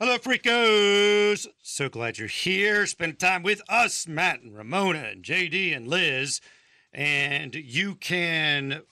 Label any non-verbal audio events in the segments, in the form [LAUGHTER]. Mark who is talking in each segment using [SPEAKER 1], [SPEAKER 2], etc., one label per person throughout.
[SPEAKER 1] Hello, freakos! So glad you're here. Spend time with us, Matt and Ramona and JD and Liz. And you can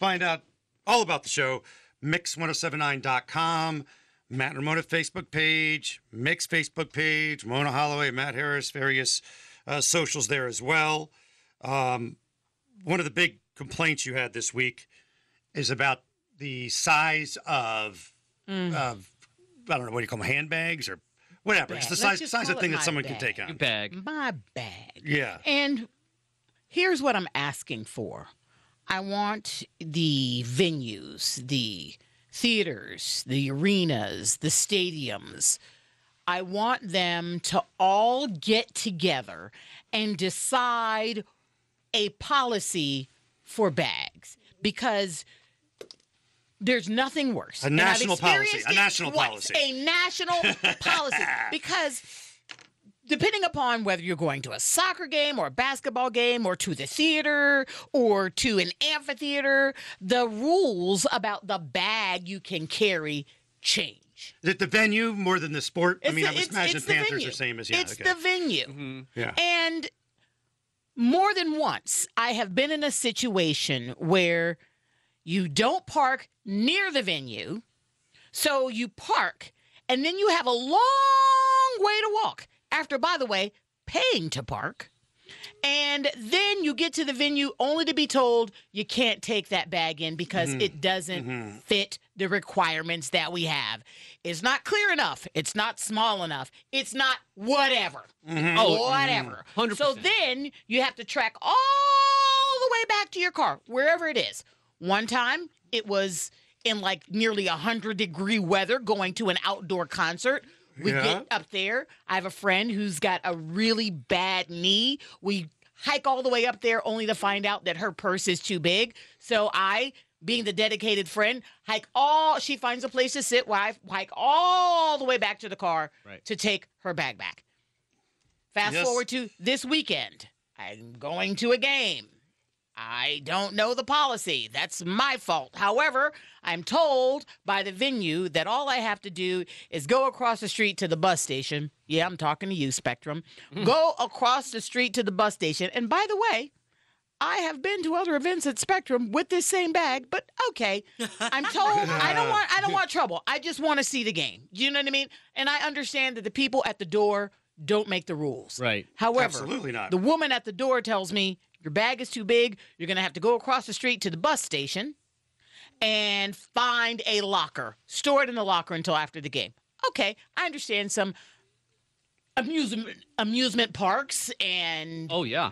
[SPEAKER 1] find out all about the show, mix1079.com, Matt and Ramona Facebook page, Mix Facebook page, Ramona Holloway, Matt Harris, various uh, socials there as well. Um, one of the big complaints you had this week is about the size of,
[SPEAKER 2] Mm.
[SPEAKER 1] of I don't know what do you call them, handbags or whatever. It's the
[SPEAKER 2] Let's
[SPEAKER 1] size
[SPEAKER 2] just
[SPEAKER 1] size of
[SPEAKER 2] call it
[SPEAKER 1] thing that
[SPEAKER 2] my
[SPEAKER 1] someone can
[SPEAKER 2] bag.
[SPEAKER 1] take on.
[SPEAKER 3] bag.
[SPEAKER 2] my bag.
[SPEAKER 1] Yeah.
[SPEAKER 2] And here's what I'm asking for I want the venues, the theaters, the arenas, the stadiums. I want them to all get together and decide a policy for bags because there's nothing worse.
[SPEAKER 1] A
[SPEAKER 2] And I've
[SPEAKER 1] national policy,
[SPEAKER 2] experienced
[SPEAKER 1] a
[SPEAKER 2] it
[SPEAKER 1] national
[SPEAKER 2] once,
[SPEAKER 1] policy. [LAUGHS]
[SPEAKER 2] A national policy. Because depending upon whether you're going to a soccer game or a basketball game or to the theater or to an amphitheater, the rules about the bag you can carry change.
[SPEAKER 1] Is it the venue more than the sport? I mean, I would imagine
[SPEAKER 2] the
[SPEAKER 1] Panthers
[SPEAKER 2] venue.
[SPEAKER 1] are same as yeah.
[SPEAKER 2] It's
[SPEAKER 1] okay.
[SPEAKER 2] the venue.
[SPEAKER 1] yeah.
[SPEAKER 2] And more than once, I have been in a situation where you don't park near the venue. So you park and then you have a long way to walk after, by the way, paying to park. And then you get to the venue only to be told you can't take that bag in because it doesn't fit the requirements that we have. It's not clear enough. It's not small enough. It's not whatever.
[SPEAKER 3] Oh,
[SPEAKER 2] whatever.
[SPEAKER 3] 100%.
[SPEAKER 2] So then you have to track all the way back to your car, wherever it is. One time it was in like nearly 100 degree weather going to an outdoor concert. We
[SPEAKER 1] Yeah.
[SPEAKER 2] get up there. I have a friend who's got a really bad knee. We hike all the way up there only to find out that her purse is too big. So I, being the dedicated friend, hike all, she finds a place to sit while I hike all the way back to the car
[SPEAKER 3] Right.
[SPEAKER 2] to take her bag back. Fast
[SPEAKER 1] Yes.
[SPEAKER 2] forward to this weekend. I'm going to a game. I don't know the policy. That's my fault. However, I'm told by the venue that all I have to do is go across the street to the bus station. Yeah, I'm talking to you, Spectrum. Go across the street to the bus station. And by the way, I have been to other events at Spectrum with this same bag, but okay. I'm told I don't want I don't want trouble. I just want to see the game. You know what I mean? And I understand that the people at the door don't make the rules.
[SPEAKER 3] Right.
[SPEAKER 2] However,
[SPEAKER 1] Absolutely not.
[SPEAKER 2] the woman at the door tells me your bag is too big. You're going to have to go across the street to the bus station and find a locker. Store it in the locker until after the game. Okay, I understand some amusement amusement parks and [LAUGHS]
[SPEAKER 3] Oh yeah.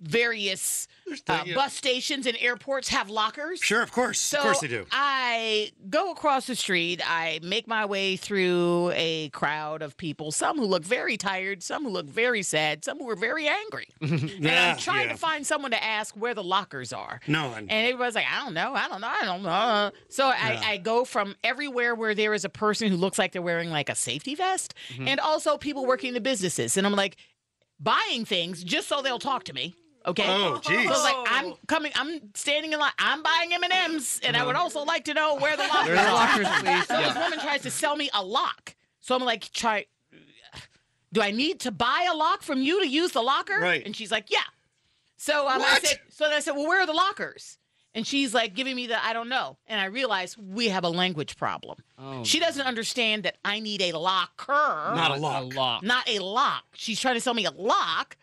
[SPEAKER 2] various
[SPEAKER 1] the-
[SPEAKER 2] uh,
[SPEAKER 1] yeah.
[SPEAKER 2] bus stations and airports have lockers.
[SPEAKER 1] Sure, of course.
[SPEAKER 2] So
[SPEAKER 1] of course they do.
[SPEAKER 2] I go across the street. I make my way through a crowd of people, some who look very tired, some who look very sad, some who are very angry. and
[SPEAKER 1] Yeah,
[SPEAKER 2] I'm trying
[SPEAKER 1] yeah.
[SPEAKER 2] to find someone to ask where the lockers are.
[SPEAKER 1] No, and,
[SPEAKER 2] And everybody's like, I don't know, I don't know, I don't know. So I, I go from everywhere where there is a person who looks like they're wearing like a safety vest
[SPEAKER 1] Mm-hmm.
[SPEAKER 2] and also people working the businesses. And I'm like, buying things just so they'll talk to me. Okay.
[SPEAKER 1] Oh, geez.
[SPEAKER 2] So it's like I'm coming. I'm standing in line. I'm buying M and M's, and I would also like to know
[SPEAKER 1] [LAUGHS]
[SPEAKER 2] where the lockers
[SPEAKER 3] There's
[SPEAKER 2] are.
[SPEAKER 3] lockers, please.
[SPEAKER 2] So this
[SPEAKER 3] Yeah.
[SPEAKER 2] woman tries to sell me a lock. So I'm like, try. Do I need to buy a lock from you to use the locker?
[SPEAKER 1] Right.
[SPEAKER 2] And she's like, yeah. So um, I
[SPEAKER 1] What?
[SPEAKER 2] said, so then I said, well, where are the lockers? And she's like giving me the I don't know. And I realized we have a language problem.
[SPEAKER 3] Oh,
[SPEAKER 2] she doesn't understand that I need a locker
[SPEAKER 1] Not a
[SPEAKER 3] A
[SPEAKER 1] lock.
[SPEAKER 3] lock.
[SPEAKER 2] not a lock. She's trying to sell me a lock.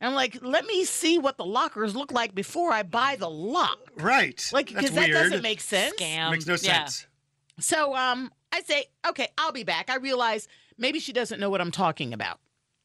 [SPEAKER 2] And I'm like, let me see what the lockers look like before I buy the lock.
[SPEAKER 1] right.
[SPEAKER 2] Like,
[SPEAKER 1] That's
[SPEAKER 2] because that
[SPEAKER 1] weird.
[SPEAKER 2] doesn't make sense.
[SPEAKER 4] Scam.
[SPEAKER 1] Makes no
[SPEAKER 4] Yeah.
[SPEAKER 1] sense.
[SPEAKER 2] So um, I say, okay, I'll be back. I realize maybe she doesn't know what I'm talking about.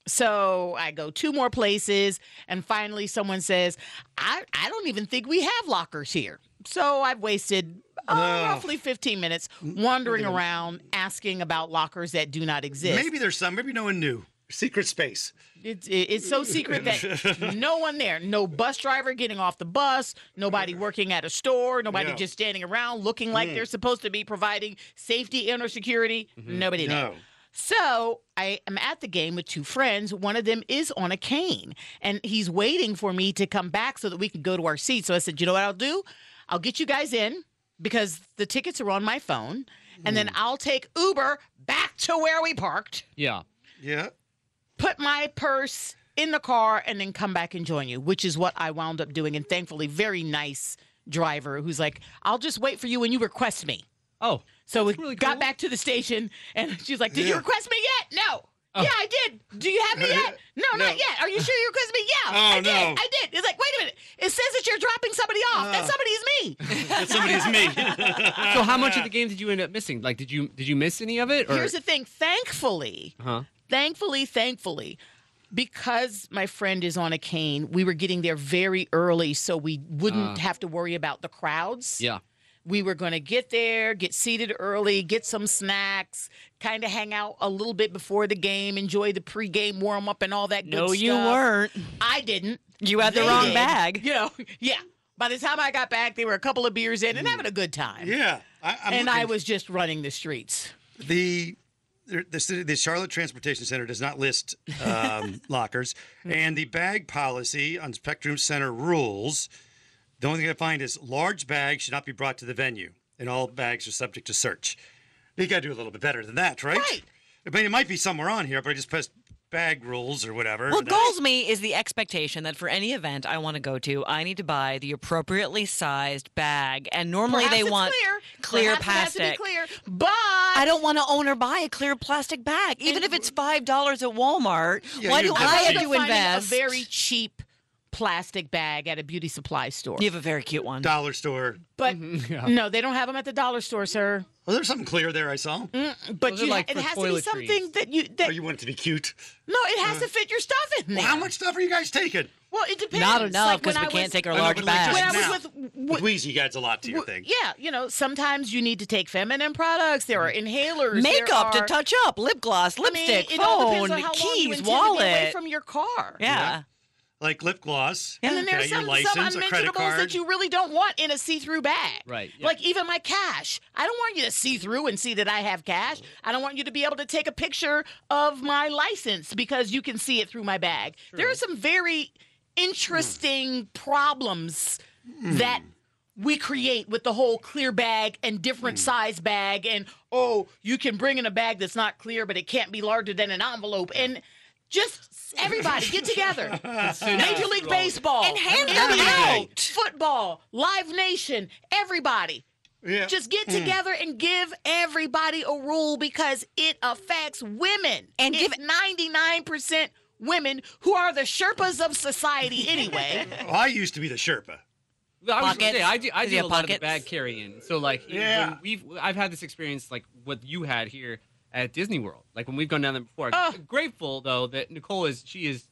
[SPEAKER 2] So I go two more places, and finally someone says, I, I don't even think we have lockers here. So I've wasted oh,
[SPEAKER 1] Ugh.
[SPEAKER 2] roughly 15 minutes wandering around asking about lockers that do not exist.
[SPEAKER 1] Maybe there's some. Maybe no one knew. Secret space.
[SPEAKER 2] It's, it- it's so
[SPEAKER 1] [LAUGHS]
[SPEAKER 2] secret that no one there, no bus driver getting off the bus, nobody working at a store, nobody
[SPEAKER 1] Yeah. Mm.
[SPEAKER 2] just standing around looking like they're supposed to be providing safety and or security. Nobody there.
[SPEAKER 1] Mm-hmm. No.
[SPEAKER 2] So I am at the game with two friends. One of them is on a cane, and he's waiting for me to come back so that we can go to our seats. So I said, you know what I'll do? I'll get you guys in because the tickets are on my phone,
[SPEAKER 1] Mm.
[SPEAKER 2] and then I'll take Uber back to where we parked
[SPEAKER 3] Yeah.
[SPEAKER 2] [LAUGHS]
[SPEAKER 1] Yeah.
[SPEAKER 2] put my purse in the car and then come back and join you, which is what I wound up doing. And thankfully, very nice driver who's like, I'll just wait for you when you request me.
[SPEAKER 3] Oh.
[SPEAKER 2] So we
[SPEAKER 3] That's really
[SPEAKER 2] got
[SPEAKER 3] cool.
[SPEAKER 2] back to the station and [LAUGHS] she's like,
[SPEAKER 1] Yeah.
[SPEAKER 2] Did
[SPEAKER 1] Oh.
[SPEAKER 2] you request me yet? No. Yeah, I did. Do you have me yet? No,
[SPEAKER 1] No.
[SPEAKER 2] not yet. Are you sure you requested me?
[SPEAKER 1] Oh,
[SPEAKER 2] Yeah, I did.
[SPEAKER 1] no. Uh.
[SPEAKER 2] I did. It's like, wait a minute. It says that you're dropping somebody off. that somebody
[SPEAKER 1] [LAUGHS]
[SPEAKER 2] is me.
[SPEAKER 1] That somebody's
[SPEAKER 2] [LAUGHS]
[SPEAKER 1] me.
[SPEAKER 2] Ah.
[SPEAKER 3] So how much of the game did you end up missing? Like, did you did you miss any of it? Or?
[SPEAKER 2] Here's the thing. Thankfully,
[SPEAKER 4] Uh-huh.
[SPEAKER 3] Huh?
[SPEAKER 2] thankfully, thankfully, because my friend is on a cane, we were getting there very early, so we
[SPEAKER 4] Ah.
[SPEAKER 2] wouldn't have to worry about the crowds.
[SPEAKER 3] Yeah.
[SPEAKER 2] We were going to get there, get seated early, get some snacks, kind of hang out a little bit before the game, enjoy the pregame warm up and all that good
[SPEAKER 4] No,
[SPEAKER 2] stuff.
[SPEAKER 4] you weren't.
[SPEAKER 2] I didn't.
[SPEAKER 4] You had the
[SPEAKER 2] They
[SPEAKER 4] wrong
[SPEAKER 2] did.
[SPEAKER 4] bag.
[SPEAKER 2] You know, [LAUGHS] yeah. By the time I got back, they were a couple of beers
[SPEAKER 4] Mm.
[SPEAKER 2] in and having a good time.
[SPEAKER 1] yeah. I, I'm
[SPEAKER 2] and
[SPEAKER 1] looking-
[SPEAKER 2] I was just running the streets.
[SPEAKER 1] the the, city, the Charlotte Transportation Center does not list um, lockers, and the bag policy on Spectrum Center rules. The only thing I find is large bags should not be brought to the venue, and all bags are subject to search. You got to do a little bit better than that, right?
[SPEAKER 2] Right.
[SPEAKER 1] I mean, it might be somewhere on here, but I just pressed bag rules or whatever.
[SPEAKER 4] Well,
[SPEAKER 1] and that's-
[SPEAKER 4] goals me is the expectation that for any event I want to go to, I need to buy the appropriately sized bag, and normally
[SPEAKER 2] Perhaps
[SPEAKER 4] they
[SPEAKER 2] it's
[SPEAKER 4] want
[SPEAKER 2] clear,
[SPEAKER 4] clear
[SPEAKER 2] Perhaps it
[SPEAKER 4] plastic.
[SPEAKER 2] Has to be clear, but
[SPEAKER 4] I don't want to own or buy a clear plastic bag, even if it's five dollars at Walmart.
[SPEAKER 1] Yeah,
[SPEAKER 4] why
[SPEAKER 1] you
[SPEAKER 4] do
[SPEAKER 1] don't
[SPEAKER 4] I
[SPEAKER 1] have
[SPEAKER 4] have
[SPEAKER 1] to
[SPEAKER 4] to
[SPEAKER 2] finding
[SPEAKER 4] invest?
[SPEAKER 2] a very cheap plastic bag at a beauty supply store.
[SPEAKER 4] you have a very cute one.
[SPEAKER 1] dollar store.
[SPEAKER 4] [LAUGHS]
[SPEAKER 2] But no, they don't have them at the dollar store, sir.
[SPEAKER 1] Well, there's something clear there I saw.
[SPEAKER 2] But
[SPEAKER 3] Those are
[SPEAKER 2] you,
[SPEAKER 3] like
[SPEAKER 2] it
[SPEAKER 3] for
[SPEAKER 2] has to be
[SPEAKER 3] toiletries.
[SPEAKER 2] something that you that
[SPEAKER 1] Oh, you want it to be cute.
[SPEAKER 2] no, it
[SPEAKER 4] Uh.
[SPEAKER 2] has to fit your stuff in there.
[SPEAKER 1] Well, how much stuff are you guys taking?
[SPEAKER 2] Well, it depends.
[SPEAKER 4] Not enough
[SPEAKER 2] Like, when
[SPEAKER 4] because we
[SPEAKER 2] I
[SPEAKER 4] can't
[SPEAKER 2] was-
[SPEAKER 4] take our
[SPEAKER 1] I know,
[SPEAKER 4] large
[SPEAKER 1] but like
[SPEAKER 4] bags.
[SPEAKER 1] just
[SPEAKER 2] When I was
[SPEAKER 1] now.
[SPEAKER 2] with,
[SPEAKER 1] With
[SPEAKER 2] with,
[SPEAKER 1] Wheezy, you guys a lot to your thing.
[SPEAKER 2] yeah, you know, sometimes you need to take feminine products. There are inhalers, there
[SPEAKER 4] Makeup
[SPEAKER 2] are-
[SPEAKER 4] to touch up, lip gloss,
[SPEAKER 2] I mean,
[SPEAKER 4] lipstick,
[SPEAKER 2] it all
[SPEAKER 4] phone,
[SPEAKER 2] depends on how long you
[SPEAKER 4] keys,
[SPEAKER 2] intend
[SPEAKER 4] wallet.
[SPEAKER 2] To be away from your car.
[SPEAKER 4] yeah.
[SPEAKER 1] Like lip gloss.
[SPEAKER 2] And then
[SPEAKER 1] Okay,
[SPEAKER 2] there's
[SPEAKER 1] your
[SPEAKER 2] some,
[SPEAKER 1] license,
[SPEAKER 2] some
[SPEAKER 1] a credit
[SPEAKER 2] unmentionables
[SPEAKER 1] card.
[SPEAKER 2] that you really don't want in a see-through bag.
[SPEAKER 3] Right, yeah.
[SPEAKER 2] Like even my cash. I don't want you to see through and see that I have cash. I don't want you to be able to take a picture of my license because you can see it through my bag. There are some very interesting problems
[SPEAKER 3] Mm.
[SPEAKER 2] that we create with the whole clear bag and different
[SPEAKER 3] Mm.
[SPEAKER 2] size bag and oh, you can bring in a bag that's not clear but it can't be larger than an envelope and just everybody get
[SPEAKER 3] [LAUGHS]
[SPEAKER 2] together. Major League Baseball,
[SPEAKER 4] And hand them
[SPEAKER 2] NBA,
[SPEAKER 4] out.
[SPEAKER 2] football, Live Nation, everybody.
[SPEAKER 1] Yeah.
[SPEAKER 2] Just get
[SPEAKER 3] Mm.
[SPEAKER 2] together and give everybody a rule because it affects women.
[SPEAKER 4] And
[SPEAKER 2] it's 99% women who are the Sherpas of society
[SPEAKER 3] [LAUGHS]
[SPEAKER 2] anyway.
[SPEAKER 1] Well, I used to be the Sherpa.
[SPEAKER 3] I was gonna
[SPEAKER 4] Pockets?
[SPEAKER 3] say I do, I
[SPEAKER 4] Does
[SPEAKER 3] do
[SPEAKER 4] he
[SPEAKER 3] a
[SPEAKER 4] have
[SPEAKER 3] lot of the
[SPEAKER 4] pockets?
[SPEAKER 3] bag carrying. So like when
[SPEAKER 1] Yeah.
[SPEAKER 3] we've I've had this experience like what you had here at Disney World. Like when we've gone down there before. Grateful though that Nicole is she is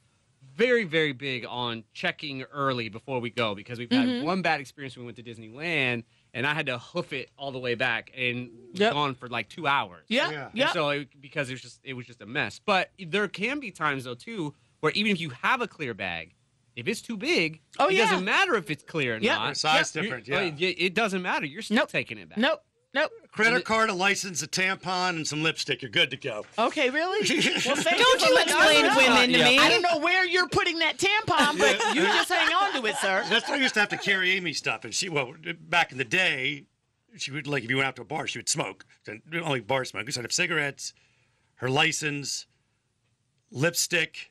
[SPEAKER 3] very very big on checking early before we go because we've had
[SPEAKER 4] Mm-hmm.
[SPEAKER 3] one bad experience when we went to Disneyland and I had to hoof it all the way back and was
[SPEAKER 2] Yep.
[SPEAKER 3] gone for like two hours.
[SPEAKER 1] Yeah.
[SPEAKER 2] Yeah,
[SPEAKER 3] And
[SPEAKER 2] yeah.
[SPEAKER 3] So it, because it was just it was just a mess. But there can be times though too where even if you have a clear bag, if it's too big,
[SPEAKER 2] Oh,
[SPEAKER 3] it
[SPEAKER 2] yeah.
[SPEAKER 3] doesn't matter if it's clear or
[SPEAKER 2] Yeah.
[SPEAKER 3] not.
[SPEAKER 1] Size
[SPEAKER 3] You're-
[SPEAKER 1] different,
[SPEAKER 3] oh,
[SPEAKER 1] yeah.
[SPEAKER 3] it, it doesn't matter. You're still
[SPEAKER 2] Nope.
[SPEAKER 3] taking it back.
[SPEAKER 2] Nope, nope.
[SPEAKER 1] Credit card, a license, a tampon, and some lipstick. You're good to go. [LAUGHS]
[SPEAKER 2] Okay, really? Well, thank
[SPEAKER 4] Don't
[SPEAKER 2] for
[SPEAKER 4] you
[SPEAKER 2] letting us
[SPEAKER 4] explain
[SPEAKER 2] know.
[SPEAKER 4] women to
[SPEAKER 3] Yeah.
[SPEAKER 4] me?
[SPEAKER 2] I don't know where you're putting that tampon, but you just hang on to it, sir.
[SPEAKER 1] That's why I used to have to carry Amy stuff. And she, well, back in the day, she would like if you went out to a bar, she would smoke. And Only bar smokers. I'd have cigarettes, her license, lipstick.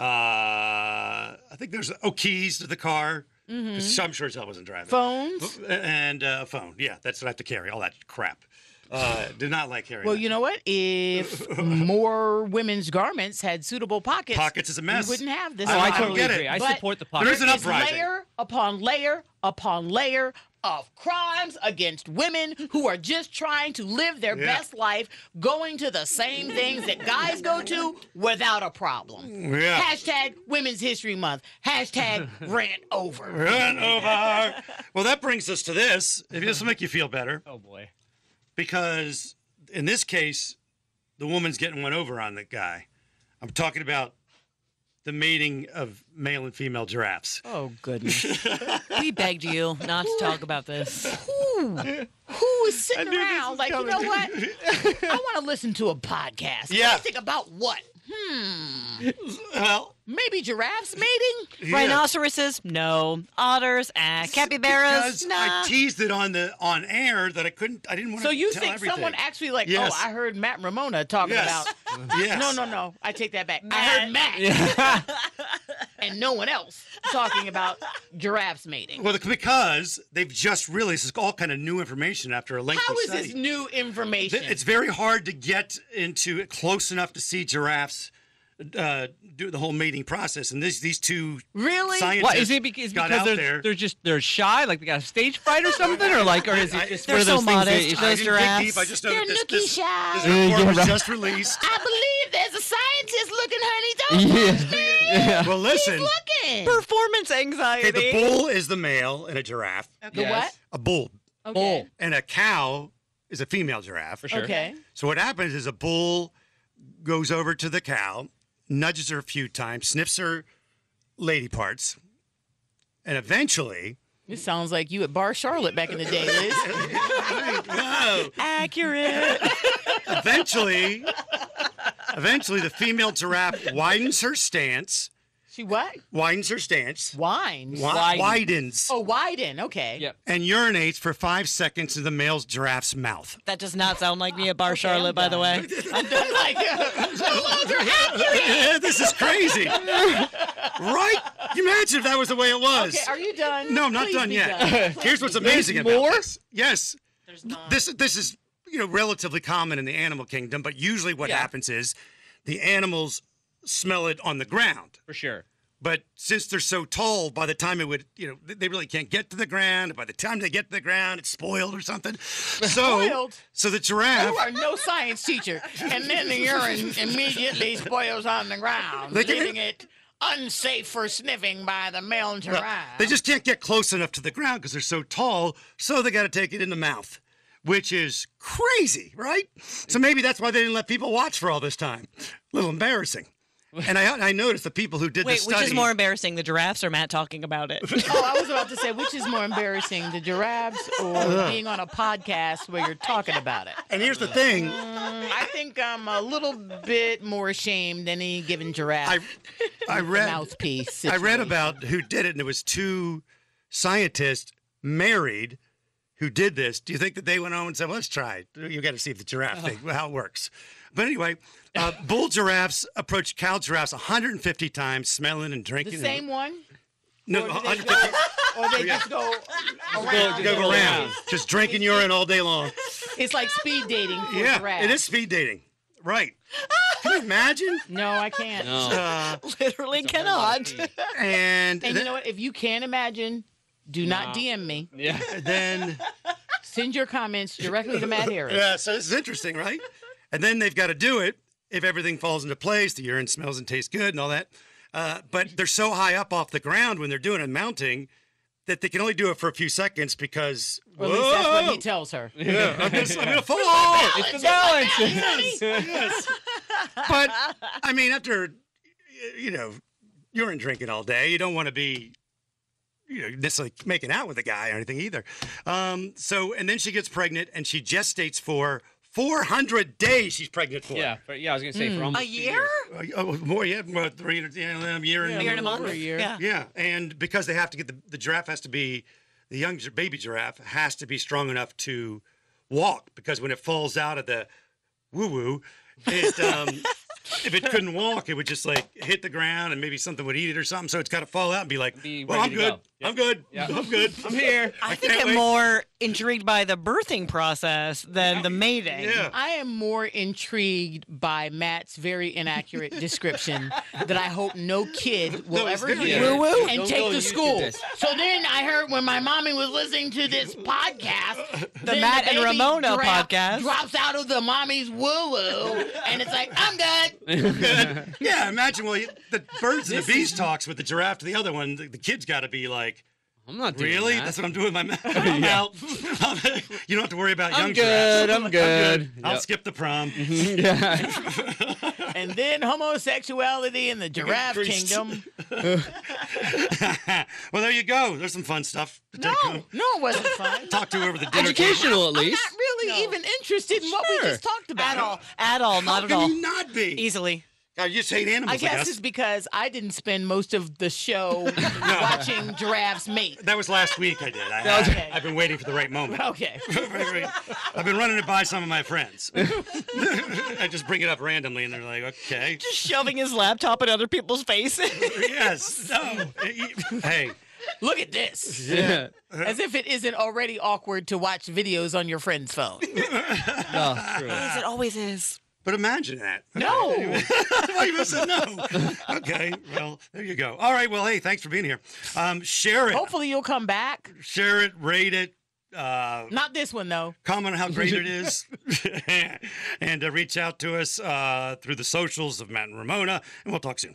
[SPEAKER 1] Uh, I think there's oh keys to the car. 'Cause I'm sure as hell wasn't driving.
[SPEAKER 2] Phones?
[SPEAKER 1] and uh, phone. Yeah, that's what I have to carry. All that crap. Uh, did not like carrying.
[SPEAKER 2] Well,
[SPEAKER 1] that.
[SPEAKER 2] you know what? If more women's garments had suitable pockets,
[SPEAKER 1] Pockets is a mess.
[SPEAKER 2] We wouldn't have this.
[SPEAKER 1] Oh, I
[SPEAKER 3] I
[SPEAKER 1] don't
[SPEAKER 2] problem.
[SPEAKER 3] totally
[SPEAKER 1] get it.
[SPEAKER 3] agree. I
[SPEAKER 2] But
[SPEAKER 3] support the
[SPEAKER 1] There's
[SPEAKER 3] pocket.
[SPEAKER 1] an
[SPEAKER 2] It's
[SPEAKER 1] uprising.
[SPEAKER 2] layer upon layer upon layer of crimes against women who are just trying to live their
[SPEAKER 1] Yeah.
[SPEAKER 2] best life, going to the same things that guys go to without a problem.
[SPEAKER 1] Yeah.
[SPEAKER 2] Hashtag Women's History Month. Hashtag rant over.
[SPEAKER 1] Run
[SPEAKER 2] [LAUGHS]
[SPEAKER 1] over. well, that brings us to this. If this will make you feel better,
[SPEAKER 3] Oh boy.
[SPEAKER 1] because in this case, the woman's getting one over on the guy. I'm talking about the mating of male and female giraffes.
[SPEAKER 4] Oh, goodness. we begged you not to talk
[SPEAKER 2] [LAUGHS]
[SPEAKER 4] about this.
[SPEAKER 2] Who's sitting around like, you know
[SPEAKER 1] [LAUGHS]
[SPEAKER 2] what? I want to listen to a podcast.
[SPEAKER 1] Yeah.
[SPEAKER 2] I think about what?
[SPEAKER 1] Well,
[SPEAKER 2] Maybe giraffes mating?
[SPEAKER 1] yeah,
[SPEAKER 4] Rhinoceroses? No. Otters? Ah. Capybaras?
[SPEAKER 1] because I teased it on the on air that I couldn't. I didn't want
[SPEAKER 2] So
[SPEAKER 1] to.
[SPEAKER 2] you
[SPEAKER 1] tell
[SPEAKER 2] think
[SPEAKER 1] everything.
[SPEAKER 2] someone actually like,
[SPEAKER 1] Yes.
[SPEAKER 2] oh, I heard Matt Ramona talking
[SPEAKER 1] Yes. [LAUGHS]
[SPEAKER 2] about
[SPEAKER 1] yes.
[SPEAKER 2] No, no, no. I take that back. I heard Matt [LAUGHS] and no one else talking about giraffes mating.
[SPEAKER 1] Well, because they've just realized it's all kind of new information after a lengthy
[SPEAKER 2] How is
[SPEAKER 1] study.
[SPEAKER 2] this new information?
[SPEAKER 1] Th- It's very hard to get into it close enough to see giraffes uh, do the whole mating process. And this, these two
[SPEAKER 2] Really?
[SPEAKER 1] scientists
[SPEAKER 3] What is it because, is
[SPEAKER 1] got
[SPEAKER 3] because
[SPEAKER 1] out
[SPEAKER 3] they're
[SPEAKER 1] there.
[SPEAKER 3] they're just they're shy, like they got a [LAUGHS] stage fright or something, or like or is it just one of those things
[SPEAKER 4] so modest.
[SPEAKER 3] that it's
[SPEAKER 1] I
[SPEAKER 4] those
[SPEAKER 3] just-
[SPEAKER 1] didn't dig deep.
[SPEAKER 4] giraffes.
[SPEAKER 1] I just know
[SPEAKER 2] They're
[SPEAKER 1] that this,
[SPEAKER 2] nookie
[SPEAKER 1] this,
[SPEAKER 2] shy.
[SPEAKER 1] this
[SPEAKER 3] Yeah,
[SPEAKER 1] report
[SPEAKER 3] yeah,
[SPEAKER 1] was
[SPEAKER 3] right.
[SPEAKER 1] just released.
[SPEAKER 2] I believe there's a scientist looking honey dog
[SPEAKER 3] [LAUGHS]
[SPEAKER 1] well, listen.
[SPEAKER 2] looking.
[SPEAKER 4] Performance
[SPEAKER 1] Okay,
[SPEAKER 4] anxiety.
[SPEAKER 1] the bull is the male in a giraffe.
[SPEAKER 2] The what?
[SPEAKER 3] Yes.
[SPEAKER 1] A bull
[SPEAKER 3] Bull.
[SPEAKER 1] and a cow is a female giraffe. For
[SPEAKER 3] sure.
[SPEAKER 2] Okay.
[SPEAKER 1] So what happens is a bull goes over to the cow, nudges her a few times, sniffs her lady parts, and eventually.
[SPEAKER 2] This sounds like you at Bar Charlotte back in the day, Liz.
[SPEAKER 1] [LAUGHS] Whoa.
[SPEAKER 4] Accurate.
[SPEAKER 1] [LAUGHS]
[SPEAKER 2] [LAUGHS]
[SPEAKER 1] eventually, eventually, the female giraffe widens her stance.
[SPEAKER 2] she what?
[SPEAKER 1] Widens her stance.
[SPEAKER 2] Wines.
[SPEAKER 1] wi-
[SPEAKER 3] Widens.
[SPEAKER 1] Widens.
[SPEAKER 2] Oh, widen. Okay.
[SPEAKER 3] Yep.
[SPEAKER 1] And urinates for five seconds in the male giraffe's mouth. [LAUGHS]
[SPEAKER 4] That does not sound like me at Bar Charlotte, by the way.
[SPEAKER 2] [LAUGHS] like,
[SPEAKER 1] this is
[SPEAKER 2] [LAUGHS]
[SPEAKER 1] crazy, right? Imagine if that was the way it was.
[SPEAKER 2] okay, are you done?
[SPEAKER 1] No, I'm not
[SPEAKER 2] Please
[SPEAKER 1] done
[SPEAKER 2] be
[SPEAKER 1] yet.
[SPEAKER 2] done.
[SPEAKER 1] [LAUGHS] Here's what's amazing about
[SPEAKER 3] more?
[SPEAKER 1] this. Yes. This this is you know relatively common in the animal kingdom, but usually what
[SPEAKER 3] Yeah.
[SPEAKER 1] happens is the animals smell it on the ground.
[SPEAKER 3] for sure.
[SPEAKER 1] But since they're so tall, by the time it would, you know, th- they really can't get to the ground. By the time they get to the ground, it's spoiled or something. So,
[SPEAKER 2] Spoiled? Oh,
[SPEAKER 1] so the giraffe, [LAUGHS]
[SPEAKER 2] You are no science teacher. And then the urine immediately spoils on the ground,
[SPEAKER 1] They can-
[SPEAKER 2] leaving it unsafe for sniffing by the male giraffe.
[SPEAKER 1] they just can't get close enough to the ground because they're so tall. So they got to take it in the mouth, which is crazy, right? So maybe that's why they didn't let people watch for all this time. A little embarrassing. And I, I noticed the people who did the
[SPEAKER 4] Wait,
[SPEAKER 1] study.
[SPEAKER 4] which is more embarrassing, the giraffes or Matt talking
[SPEAKER 1] [LAUGHS]
[SPEAKER 4] about it?
[SPEAKER 2] Oh, I was about to say, which is more embarrassing, the giraffes or being on a podcast where you're talking about it?
[SPEAKER 1] And here's the thing.
[SPEAKER 2] Mm, I think I'm a little bit more ashamed than any given giraffe
[SPEAKER 1] I, I read.
[SPEAKER 2] mouthpiece.
[SPEAKER 1] I read
[SPEAKER 2] situation.
[SPEAKER 1] about who did it, and it was two scientists married who did this. Do you think that they went on and said, "Let's try it. You got to see if the giraffe
[SPEAKER 2] Uh-huh.
[SPEAKER 1] thing, how it works." But anyway,
[SPEAKER 2] [LAUGHS]
[SPEAKER 1] uh, bull giraffes approach cow giraffes 150 times, smelling and
[SPEAKER 2] the
[SPEAKER 1] drinking. and-
[SPEAKER 2] same one,
[SPEAKER 1] no,
[SPEAKER 2] or do they
[SPEAKER 1] 150
[SPEAKER 2] [LAUGHS] or they just go
[SPEAKER 1] go,
[SPEAKER 2] around.
[SPEAKER 1] go
[SPEAKER 3] Go
[SPEAKER 1] around,
[SPEAKER 3] around.
[SPEAKER 1] just drinking urine all day
[SPEAKER 2] [LAUGHS]
[SPEAKER 1] long.
[SPEAKER 2] It's like speed dating for
[SPEAKER 1] Yeah,
[SPEAKER 2] giraffes.
[SPEAKER 1] it is speed dating, right? Can you imagine?
[SPEAKER 2] No, I can't.
[SPEAKER 1] Uh,
[SPEAKER 4] [LAUGHS] Literally cannot.
[SPEAKER 1] and
[SPEAKER 2] [LAUGHS] And
[SPEAKER 1] th-
[SPEAKER 2] you know what? If you can't imagine, do not DM me.
[SPEAKER 3] Yeah.
[SPEAKER 1] then.
[SPEAKER 2] Send your comments directly to Matt Harris.
[SPEAKER 1] Yeah, so this is interesting,
[SPEAKER 2] [LAUGHS]
[SPEAKER 1] right? And then they've got to do it if everything falls into place, the urine smells and tastes good and all that. Uh, but they're so high up off the ground when they're doing a mounting that they can only do it for a few seconds because
[SPEAKER 2] Or at least that's what he
[SPEAKER 1] Whoa!
[SPEAKER 2] tells her.
[SPEAKER 1] Yeah, I'm, gonna, I'm
[SPEAKER 2] [LAUGHS]
[SPEAKER 1] gonna fall.
[SPEAKER 3] It's the balance.
[SPEAKER 1] but I mean, after you know urine drinking all day, you don't want to be you know necessarily making out with a guy or anything either. Um, so and then she gets pregnant and she gestates for 400 days. She's pregnant for
[SPEAKER 3] [LAUGHS] yeah. For, yeah. I was gonna say Mm. for almost
[SPEAKER 4] A
[SPEAKER 3] two
[SPEAKER 4] year?
[SPEAKER 3] years.
[SPEAKER 1] Uh, oh, more yeah, more three hundred yeah, um, year and
[SPEAKER 4] A year and a month?
[SPEAKER 2] Over a year.
[SPEAKER 4] Yeah.
[SPEAKER 1] yeah, and because they have to get the the giraffe has to be the young gi- baby giraffe has to be strong enough to walk because when it falls out of the woo woo, it um, if it couldn't walk, it would just like hit the ground and maybe something would eat it or something. So it's got to fall out and be like,
[SPEAKER 3] Be
[SPEAKER 1] well, I'm
[SPEAKER 3] ready to
[SPEAKER 1] good.
[SPEAKER 3] go. Yeah.
[SPEAKER 1] I'm good.
[SPEAKER 3] Yeah.
[SPEAKER 1] I'm good.
[SPEAKER 3] [LAUGHS] I'm here.
[SPEAKER 4] I,
[SPEAKER 1] I
[SPEAKER 4] think
[SPEAKER 1] can't
[SPEAKER 4] I'm
[SPEAKER 1] wait.
[SPEAKER 4] more intrigued by the birthing process than the
[SPEAKER 1] [LAUGHS]
[SPEAKER 4] mating.
[SPEAKER 1] Yeah.
[SPEAKER 3] [LAUGHS]
[SPEAKER 2] I am more intrigued by Matt's very inaccurate description that I hope no kid will
[SPEAKER 1] No, it's
[SPEAKER 2] ever
[SPEAKER 1] very
[SPEAKER 2] hear
[SPEAKER 1] accurate.
[SPEAKER 3] Woo-woo.
[SPEAKER 2] and
[SPEAKER 3] Don't
[SPEAKER 2] take
[SPEAKER 3] go
[SPEAKER 2] to
[SPEAKER 3] YouTube
[SPEAKER 2] school.
[SPEAKER 3] this.
[SPEAKER 2] So then I heard when my mommy was listening to this podcast, then
[SPEAKER 4] Matt and
[SPEAKER 2] baby
[SPEAKER 4] Ramona podcast.
[SPEAKER 2] drops out of the mommy's woo woo, and it's like I'm good.
[SPEAKER 1] Yeah, imagine. Well, you, the birds and the bees talks with the giraffe to the other one. The, the kid's got to be like,
[SPEAKER 3] I'm not doing
[SPEAKER 1] really?
[SPEAKER 3] that.
[SPEAKER 1] That's what I'm doing with my mouth. I'm out. [LAUGHS] you don't have to worry about young
[SPEAKER 3] I'm
[SPEAKER 1] giraffes. [LAUGHS]
[SPEAKER 3] good. I'm good.
[SPEAKER 1] I'll skip the prom.
[SPEAKER 3] Yeah.
[SPEAKER 2] And then homosexuality in the giraffe
[SPEAKER 1] Increased.
[SPEAKER 2] kingdom.
[SPEAKER 1] [LAUGHS] well, there you go. There's some fun stuff to take
[SPEAKER 2] [LAUGHS] No,
[SPEAKER 1] home.
[SPEAKER 2] no, it wasn't fun.
[SPEAKER 1] Talk to over the dinner table.
[SPEAKER 3] Educational, at least.
[SPEAKER 2] [LAUGHS] Not really even interested in what we
[SPEAKER 3] Sure.
[SPEAKER 2] just talked about.
[SPEAKER 4] At all. At all. Not at
[SPEAKER 1] How
[SPEAKER 4] all.
[SPEAKER 1] can you not be?
[SPEAKER 4] Easily.
[SPEAKER 1] God, you just hate animals.
[SPEAKER 2] I guess it's because I didn't spend most of the [LAUGHS] show watching giraffes mate.
[SPEAKER 1] that was last week. I did. I,
[SPEAKER 2] Okay.
[SPEAKER 1] I, have been waiting for the right moment. [LAUGHS]
[SPEAKER 2] Okay.
[SPEAKER 1] I've been running it by some of my friends. [LAUGHS] I just bring it up randomly, and they're like, "Okay,
[SPEAKER 4] Just shoving his laptop in
[SPEAKER 1] [LAUGHS]
[SPEAKER 4] other people's faces.
[SPEAKER 1] yes, no." [LAUGHS] hey,
[SPEAKER 2] Look at [LAUGHS] this.
[SPEAKER 3] Yeah.
[SPEAKER 2] As if it isn't already awkward to watch videos on your friend's phone.
[SPEAKER 3] No, true.
[SPEAKER 4] it always is.
[SPEAKER 1] but imagine that. [LAUGHS]
[SPEAKER 2] No.
[SPEAKER 1] Why you must say no? Okay, well, there you go. All right, well, hey, thanks for being here. Um, share it,
[SPEAKER 2] Hopefully you'll come back.
[SPEAKER 1] share it, rate it. Uh,
[SPEAKER 2] Not this one though.
[SPEAKER 1] comment on how great it is [LAUGHS] and uh, reach out to us uh, through the socials of Matt and Ramona, and we'll talk soon.